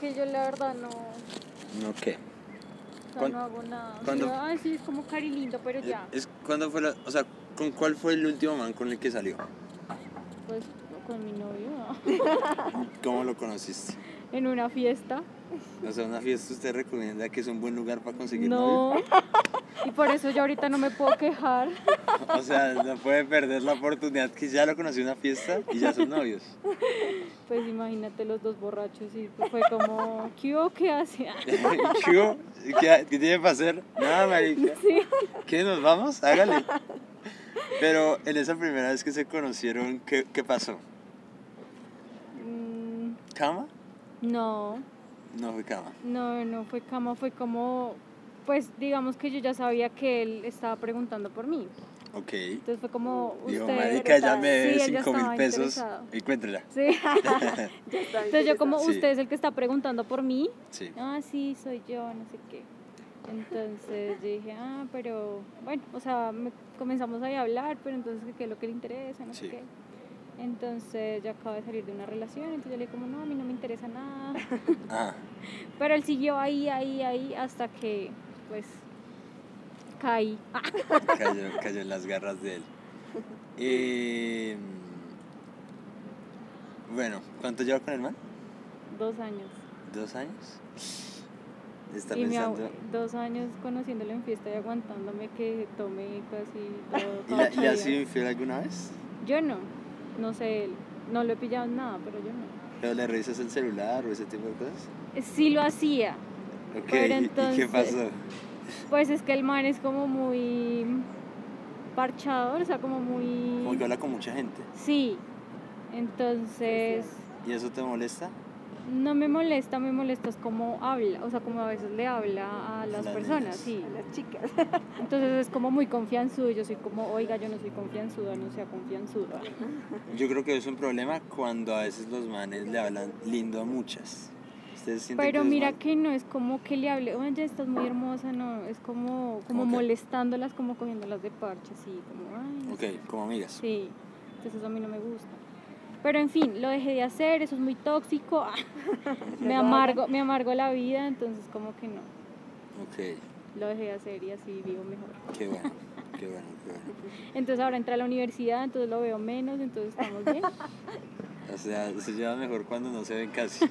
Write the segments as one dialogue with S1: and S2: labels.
S1: que yo la verdad no,
S2: No, ¿qué?
S1: o sea,
S2: ¿Cuán-
S1: no hago nada. O
S2: cuándo-
S1: sea, ay, sí, es como cari lindo, pero ya.
S2: Es, ¿Cuándo fue la, o sea, con cuál fue el último man con el que salió?
S1: Pues con mi novio, ¿no?
S2: ¿Cómo lo conociste?
S1: en una fiesta.
S2: O sea, una fiesta usted recomienda que es un buen lugar para conseguir novio.
S1: No. Y por eso yo ahorita no me puedo quejar.
S2: O sea, no puede perder la oportunidad que ya lo conocí en una fiesta y ya son novios.
S1: Pues imagínate los dos borrachos y pues, fue como, ¿qué hubo? ¿Qué hace?
S2: Chico, ¿qué, qué tiene para hacer? Nada, marica. ¿Qué, nos vamos? Hágale. Pero en esa primera vez que se conocieron, ¿qué, qué pasó?
S1: Mm,
S2: ¿Cama?
S1: no,
S2: No fue cama.
S1: no, no fue cama, fue como, pues digamos que yo ya sabía que él estaba preguntando por mí.
S2: Ok.
S1: Entonces fue como,
S2: Digo,
S1: usted-
S2: marica, ya me
S1: Sí,
S2: debe
S1: él ya
S2: 5
S1: estaba
S2: mil pesos.
S1: interesado.
S2: Encuéntrela.
S1: Sí.
S3: Ya está
S1: Entonces yo como,
S2: Sí.
S1: usted es el que está preguntando por mí.
S2: Sí.
S1: Ah, sí, soy yo, no sé qué. Entonces yo dije, ah, pero bueno, o sea, me- comenzamos ahí a hablar, pero entonces qué es lo que le interesa, no
S2: Sí.
S1: sé qué. Entonces yo acabo de salir de una relación, entonces yo le dije como, no, a mí no me interesa nada.
S2: Ah,
S1: Pero él siguió ahí, ahí, ahí, hasta que pues caí. Ah,
S2: cayó, cayó en las garras de él. Eh, bueno, ¿cuánto lleva con el man?
S1: dos años.
S2: ¿Dos años? Está
S1: y me agu-
S2: pensando.
S1: dos años conociéndolo en fiesta y aguantándome que tome casi todo.
S2: ¿Y,
S1: todo
S2: la- y
S1: el
S2: ha sido
S1: día.
S2: infiel alguna vez?
S1: Yo no, no sé, él, no lo he pillado en nada, pero yo no.
S2: ¿Pero le revisas el celular o ese tipo de cosas?
S1: Sí lo hacía.
S2: Ok,
S1: Pero
S2: ¿y- ¿y qué
S1: entonces-
S2: pasó?
S1: Pues es que el man es como muy parchador, o sea, como
S2: Como que
S1: muy...
S2: habla con mucha gente.
S1: Sí. Entonces,
S2: ¿Y eso te molesta?
S1: no me molesta, me molesta es como habla, o sea, como a veces le habla a las
S2: Las
S1: personas,
S2: nenas.
S1: sí.
S3: A las chicas.
S1: Entonces es como muy confianzudo, yo soy como, oiga, yo no soy confianzuda, no sea confianzuda.
S2: Yo creo que es un problema cuando a veces los manes le hablan lindo a muchas. ¿Ustedes sienten
S1: Pero
S2: que eso es
S1: mira
S2: mal?
S1: que no es como que le hable, oye, estás muy hermosa, no, es como,
S2: ¿Cómo
S1: como
S2: qué?
S1: molestándolas, como cogiéndolas de parche, sí, como, ay, no
S2: Ok, como amigas.
S1: Sí, entonces eso a mí no me gusta. Pero en fin, lo dejé de hacer, eso es muy tóxico. ah, me amargo, me amargo la vida, entonces como que no.
S2: Ok,
S1: Lo dejé de hacer y así vivo mejor.
S2: qué bueno, qué bueno, qué bueno.
S1: Entonces ahora entra a la universidad, entonces lo veo menos, entonces estamos bien.
S2: O sea, se lleva mejor cuando no se ven casi. O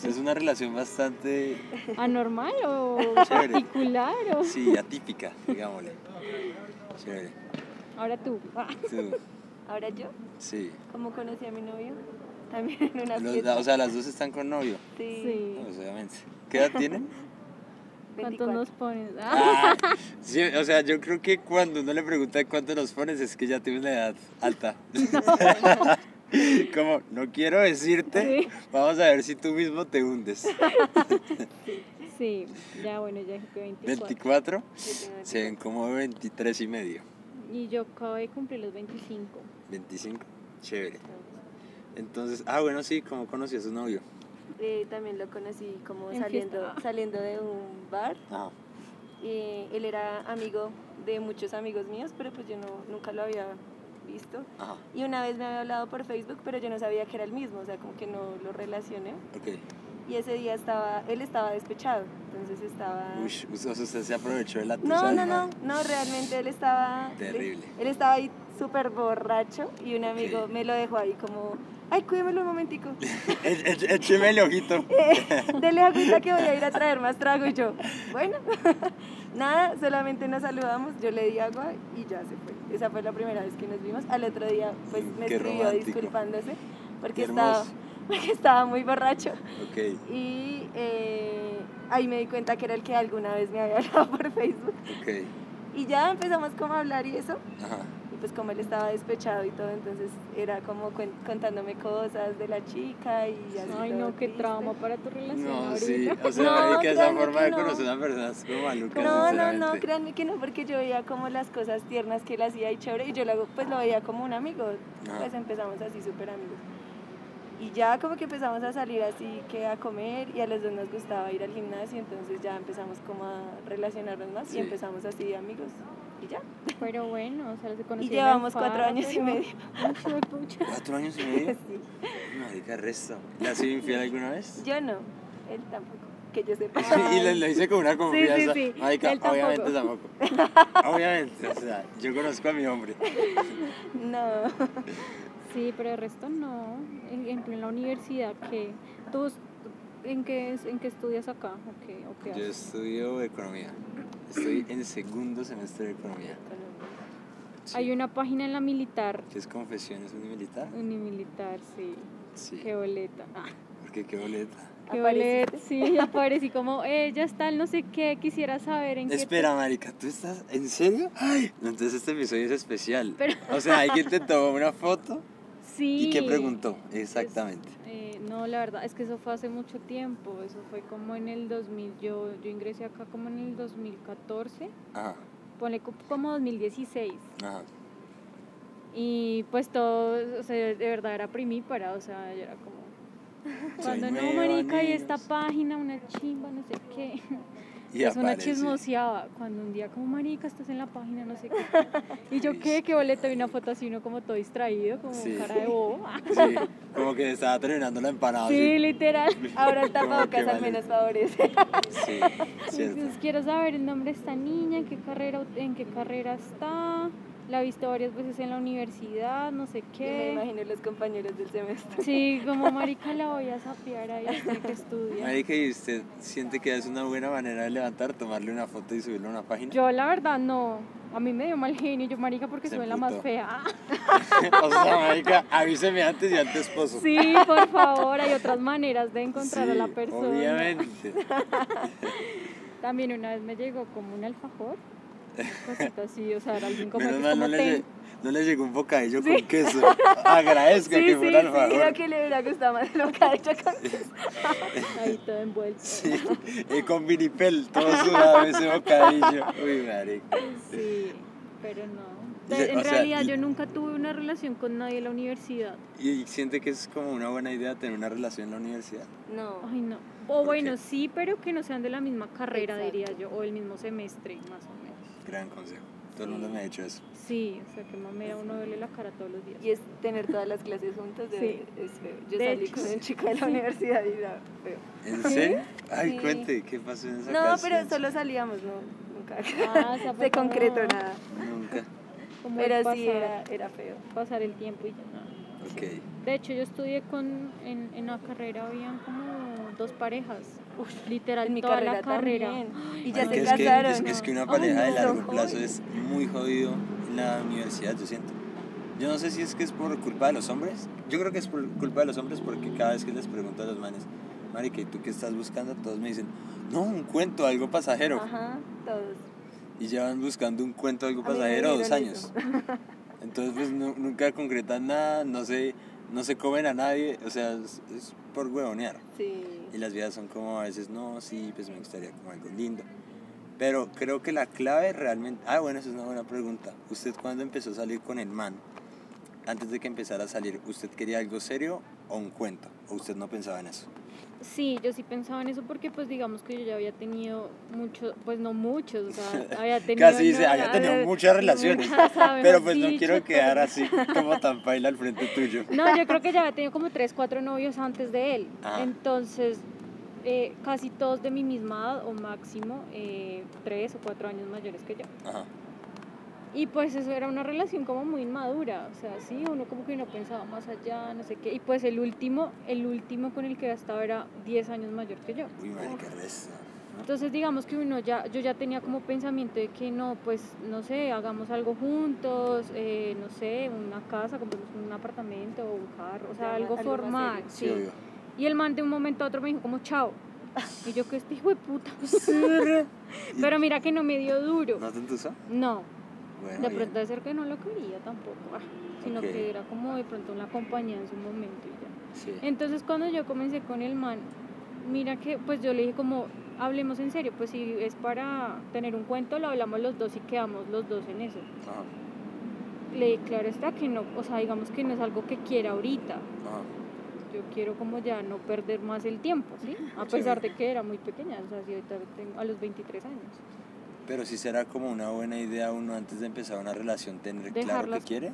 S2: sea, es una relación bastante,
S1: ¿Anormal o
S2: Chévere.
S1: particular? O...
S2: sí, atípica, digámosle. Chévere.
S1: Ahora tú. ah,
S2: Tú,
S3: Ahora yo,
S2: sí.
S3: como conocí a mi novio, también en una
S2: Los-
S3: fiesta.
S2: o sea, las dos están con novio.
S3: sí.
S1: Sí.
S2: Pues, obviamente. ¿Qué edad tienen?
S1: ¿Cuántos
S3: 24.
S1: nos pones? Ah,
S2: Ah, sí, o sea, yo creo que cuando uno le pregunta cuánto nos pones es que ya tienes una edad alta. Como, no quiero decirte,
S1: Sí.
S2: vamos a ver si tú mismo te hundes.
S1: Sí, ya bueno, ya dije que 24.
S2: 24,
S3: Yo tengo
S2: se ven como 23 y medio.
S1: Y yo acabo de cumplir los 25.
S2: 25, chévere. Entonces, ah, bueno, sí, ¿cómo conocí a su novio?
S3: Eh, también lo conocí como
S1: En
S3: saliendo,
S1: fiesta.
S3: saliendo de un bar.
S2: Ah,
S3: Eh, él era amigo de muchos amigos míos, pero pues yo no, nunca lo había visto.
S2: ajá,
S3: Y una vez me había hablado por Facebook, pero yo no sabía que era el mismo, o sea, como que no lo relacioné.
S2: ok.
S3: Y ese día estaba, él estaba despechado, entonces estaba...
S2: Uy, o sea, usted se aprovechó de la
S3: No,
S2: tusa
S3: no,
S2: del
S3: no,
S2: man.
S3: no, realmente él estaba...
S2: Terrible.
S3: Él estaba ahí súper borracho y un amigo
S2: Ok.
S3: me lo dejó ahí como, ay, cuídemelo un momentico,
S2: E- e- Écheme el ojito.
S3: dele agüita que voy a ir a traer más trago y yo, bueno, nada, solamente nos saludamos, yo le di agua y ya se fue. Esa fue la primera vez que nos vimos, al otro día pues
S2: Mm,
S3: me
S2: qué
S3: escribió
S2: romántico.
S3: disculpándose porque
S2: Qué
S3: estaba,
S2: hermoso.
S3: porque estaba muy borracho.
S2: Ok,
S3: Y eh, ahí me di cuenta que era el que alguna vez me había hablado por Facebook.
S2: ok,
S3: Y ya empezamos como a hablar y eso.
S2: ajá.
S3: Y pues como él estaba despechado y todo, entonces era como cuen- contándome cosas de la chica y así.
S1: Ay,
S3: todo
S1: no, qué
S3: triste.
S1: trauma para tu relación
S2: No,
S1: ahorita.
S2: sí, o sea,
S3: No,
S2: es que esa
S3: créanme
S2: forma
S3: que
S2: de
S3: no.
S2: conocer a una persona es como maluca,
S3: No, no, no,
S2: sinceramente.
S3: créanme que no, porque yo veía como las cosas tiernas que él hacía y chévere, y yo luego pues lo veía como un amigo,
S2: Ajá.
S3: pues empezamos así súper amigos. Y ya como que empezamos a salir así que a comer y a los dos nos gustaba ir al gimnasio, entonces ya empezamos como a relacionarnos más
S2: Sí.
S3: y empezamos así de amigos. Y ya,
S1: Pero bueno, o sea, se
S3: y
S1: conocieron en la
S3: llevamos cuatro
S1: farra,
S3: años y
S1: pero-
S3: medio.
S1: Hijo de pucha.
S2: ¿Cuatro años y medio?
S3: Sí.
S2: Marica, resto. ¿Le has sido infiel alguna vez?
S3: Yo no, Él tampoco, que yo sepa.
S2: y le, le hice con una confianza.
S1: sí, sí.
S2: Marica,
S1: Él tampoco.
S2: obviamente tampoco. obviamente, o sea, yo conozco a mi hombre.
S3: No.
S1: Sí, pero el resto no. En, ejemplo, en la universidad, que ¿Tú en qué, es- en qué estudias acá? ¿O qué, o qué
S2: Yo
S1: haces?
S2: estudio economía. Estoy en segundo semestre de economía. Sí.
S1: Hay una página en la militar.
S2: ¿Qué es confesiones de un militar?
S1: Unimilitar, sí.
S2: Sí.
S1: Qué boleta. Ah,
S2: Porque qué boleta.
S1: qué
S3: ¿Apareciste?
S1: boleta. Sí, aparecí como, eh, ya está, el no sé qué, quisiera saber en
S2: Espera, marica, ¿tú estás en serio? Ay, no, entonces este episodio es especial.
S1: Pero-
S2: O sea, alguien te tomó una foto
S1: qué. te- Sí.
S2: y qué preguntó exactamente.
S1: Eh, no, la verdad es que eso fue hace mucho tiempo, eso fue como en el 2000, yo, yo ingresé acá como en el 2014,
S2: Ajá,
S1: ponle co- como 2016,
S2: ajá.
S1: y pues todo, o sea, de verdad era primípara, o sea, yo era como,
S2: Soy
S1: cuando no,
S2: nueva,
S1: marica, y
S2: niños.
S1: esta página, una chimba, no sé qué,
S2: Y
S1: es una
S2: aparece.
S1: chismoseaba, cuando un día como, marica, estás en la página, no sé qué, y yo, ¿qué? ¿Qué boleta? Vi una foto así, uno como todo distraído, como
S2: Sí.
S1: cara de bobo,
S2: Sí, como que estaba terminando la empanada.
S1: sí,
S2: así.
S1: literal.
S3: Ahora el
S2: Como
S3: tapabocas
S2: que
S3: al
S2: vale.
S3: menos favorece.
S2: Sí, cierto.
S1: Entonces quiero saber el nombre de esta niña, en qué carrera, en qué carrera está, la he visto varias veces en la universidad, no sé
S3: Yo me
S1: qué.
S3: imagino los compañeros del semestre.
S1: Sí, como marica la voy a sapear ahí, sé que estudia.
S2: Marica, ¿y usted siente que es una buena manera de levantar, tomarle una foto y subirla a una página?
S1: Yo la verdad no, a mí me dio mal genio, yo marica porque
S2: Se
S1: soy la más
S2: emputó.
S1: fea.
S2: o sea, marica, avíseme antes y al tu esposo.
S1: Sí, por favor, hay otras maneras de encontrar a la
S2: Sí,
S1: persona.
S2: Obviamente.
S1: También una vez me llegó como un alfajor, cosita así, o sea, era alguien como,
S2: Menos
S1: que
S2: mal no
S1: como
S2: le,
S1: ten-
S2: lle- no le llegó un bocadillo con queso. Agradezca
S3: Sí,
S2: que
S3: sí,
S2: fuera
S3: sí, creo
S2: alfajor.
S3: que le hubiera gustado más lo que ha hecho con
S1: ahí todo envuelto.
S2: Sí, y con vinipel, todo sudado ese bocadillo. Uy, marica.
S1: Sí, pero no.
S2: Y
S1: Pero
S2: se-
S1: en
S2: o sea,
S1: realidad
S2: y-
S1: yo nunca tuve una relación con nadie en la universidad.
S2: ¿Y siente que es como una buena idea tener una relación en la universidad?
S3: No.
S1: Ay, no.
S2: ¿Por
S1: O bueno,
S2: qué?
S1: sí, pero que no sean de la misma carrera,
S3: Exacto.
S1: diría yo, o el mismo semestre, más o menos.
S2: Gran consejo. Todo el mundo me ha dicho eso.
S1: Sí, o sea, que mamera uno verle la cara todos los días.
S3: Y es tener todas las clases juntas de, es feo. Yo
S1: De
S3: salí
S1: hecho,
S3: con
S1: sí.
S3: un chico de la universidad y era feo.
S2: ¿En
S1: ¿Sí?
S2: serio? Ay,
S3: Sí.
S2: cuente, ¿qué pasó en esa
S3: No, pero
S2: ocasión?
S3: solo salíamos, no, nunca.
S1: Ah, o sea,
S3: Se
S1: fue como-
S3: concretó nada.
S2: Nunca.
S1: como
S3: Pero
S1: pasar,
S3: sí era, era feo.
S1: pasar el tiempo y ya. no.
S2: Ok.
S1: De hecho, yo estudié con, en, en la carrera habían como dos parejas. literal,
S3: En mi
S1: toda
S3: carrera,
S1: la carrera.
S3: también. Y ya
S2: Marica,
S3: se
S2: es que-
S3: casaron.
S2: es Que, es, que una
S1: Ay,
S2: pareja de
S3: no,
S2: largo
S3: son
S2: plazo
S3: jóvenes.
S2: es muy jodido en la universidad, yo siento. Yo no sé si es que es por culpa de los hombres. Yo creo que es por culpa de los hombres porque cada vez que les pregunto a los manes, Marica, ¿y tú qué estás buscando? Todos me dicen, no, un cuento, algo pasajero.
S3: Ajá, todos.
S2: Y llevan buscando un cuento, algo
S3: A mí me
S2: pasajero dos
S3: dijeron
S2: años.
S3: eso.
S2: Entonces, pues nu- nunca concretan nada, no se, no se comen a nadie, o sea, es, es por huevonear.
S3: Sí.
S2: Y las vidas son como a veces, no, sí, pues me gustaría como algo lindo. Pero creo que la clave realmente... Ah, bueno, eso es una buena pregunta. ¿Usted cuando empezó a salir con el man? Antes de que empezara a salir, ¿usted quería algo serio o un cuento? ¿O usted no pensaba en eso?
S1: Sí, yo sí pensaba en eso porque pues digamos que yo ya había tenido muchos, pues no muchos, o sea, había tenido...
S2: Casi dice,
S1: no,
S2: había tenido
S1: había-
S2: muchas relaciones.
S1: muchas, habíamos
S2: Pero pues no
S1: dicho
S2: quiero
S1: todo.
S2: quedar así como tan paila al frente tuyo.
S1: No, yo creo que ya había tenido como tres, cuatro novios antes de él.
S2: Ajá.
S1: Entonces, eh, casi todos de mi misma edad o máximo eh, tres o cuatro años mayores que yo.
S2: Ajá.
S1: Y pues eso era una relación como muy inmadura, o sea, sí, uno como que no pensaba más allá, no sé qué. Y pues el último, el último con el que gastaba era 10 años mayor que yo.
S2: Uy, marica, resto.
S1: Entonces digamos que uno ya, yo ya tenía como pensamiento de que no, pues no sé, hagamos algo juntos, eh, no sé, una casa, compramos un apartamento, un carro, o sea,
S3: Ya,
S1: algo,
S3: algo más
S1: formal.
S3: serio.
S2: Sí,
S1: Sí.
S2: obvio.
S1: Y el man de un momento a otro me dijo como chao. Y yo que este hijo de puta. Pero mira que no me dio duro.
S2: ¿No te entusiasmó?
S1: No,
S2: Bueno,
S1: de
S2: bien.
S1: pronto de ser que no lo quería tampoco, ah, sino
S2: Ok.
S1: que era como de pronto una compañía en su momento y ya.
S2: Sí.
S1: Entonces cuando yo comencé con el man, mira que pues yo le dije como, hablemos en serio, pues si es para tener un cuento, lo hablamos los dos y quedamos los dos en eso.
S2: Ajá,
S1: Le dije, claro está que no, o sea, digamos que no es algo que quiera ahorita.
S2: ajá.
S1: Yo quiero como ya no perder más el tiempo, ¿sí? A
S2: Sí.
S1: pesar de que era muy pequeña, o sea, si ahorita tengo a los 23 años.
S2: Pero si será como una buena idea uno antes de empezar una relación tener claro
S1: Dejarlas-
S2: que quiere.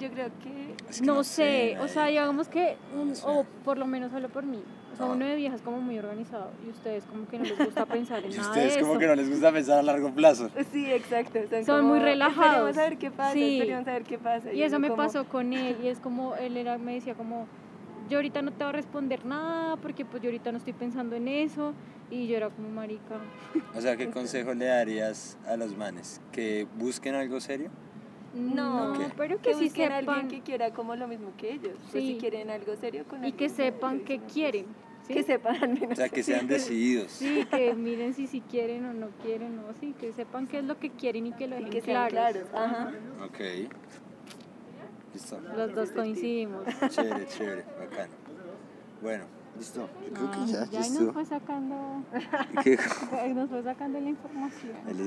S3: Yo creo que
S2: Es que
S1: No, sé, o sea,
S2: nadie-
S1: digamos que,
S2: No,
S1: un-
S2: no sé.
S1: o por lo menos hablo por mí, o sea,
S2: Ah.
S1: uno de vieja es como muy organizado y ustedes como que no les gusta pensar en
S2: Y
S1: nada
S2: ustedes
S1: de
S2: como
S1: eso.
S2: que no les gusta pensar a largo plazo.
S3: Sí, exacto. Son,
S1: Son
S3: como,
S1: muy relajados.
S3: Esperemos a ver qué pasa,
S1: Sí.
S3: esperemos a ver qué pasa.
S1: Y eso
S3: uno
S1: me
S3: como,
S1: pasó con él y es como, él era, me decía como, yo ahorita no te voy a responder nada porque pues yo ahorita no estoy pensando en eso y yo era como marica.
S2: O sea, ¿qué consejo le darías a los manes? ¿Que busquen algo serio?
S3: No,
S1: No,
S2: Ok.
S1: pero
S3: Que
S1: que sí
S3: busquen a alguien
S1: sepan
S3: que quiera como lo mismo que ellos. Pues si
S1: Sí.
S3: quieren algo serio con
S1: y que
S3: alguien serio,
S1: sepan
S3: pues,
S1: qué
S3: no, pues,
S1: quieren. ¿sí?
S3: Que sepan al menos.
S2: O sea, que sean decididos.
S1: Sí, que miren si si quieren o no quieren, o sí, que sepan qué es lo que quieren y que lo
S3: Y
S1: dejen
S3: que sean
S1: claro.
S3: claros. Ajá.
S2: Ok. Listo.
S1: Los dos coincidimos.
S2: Chévere, chévere, bacano. Bueno, listo. Creo
S1: Ah,
S2: que ya,
S1: ahí nos
S2: listo.
S1: fue sacando,
S2: ¿Qué?
S1: nos fue sacando la información.
S2: Ahí les